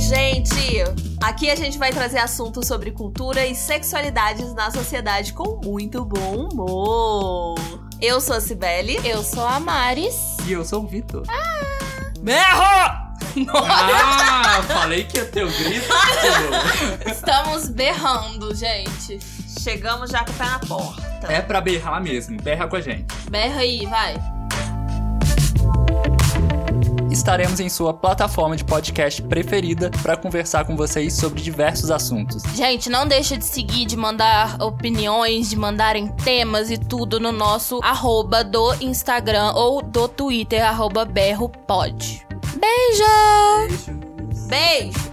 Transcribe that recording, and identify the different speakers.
Speaker 1: gente! Aqui a gente vai trazer assuntos sobre cultura e sexualidades na sociedade com muito bom humor. Eu sou a Cibele.
Speaker 2: Eu sou a Maris.
Speaker 3: E eu sou o Vitor. Berro! Ah, falei que ia ter o grito.
Speaker 2: Estamos berrando, gente.
Speaker 1: Chegamos já com o pé na porta.
Speaker 3: É pra berrar mesmo, berra com a gente.
Speaker 2: Berra aí, vai.
Speaker 3: Estaremos em sua plataforma de podcast preferida para conversar com vocês sobre diversos assuntos.
Speaker 2: Gente, não deixa de seguir, de mandar opiniões, de mandarem temas e tudo no nosso arroba do Instagram ou do Twitter, arroba berropod. Beijo!
Speaker 1: Beijo!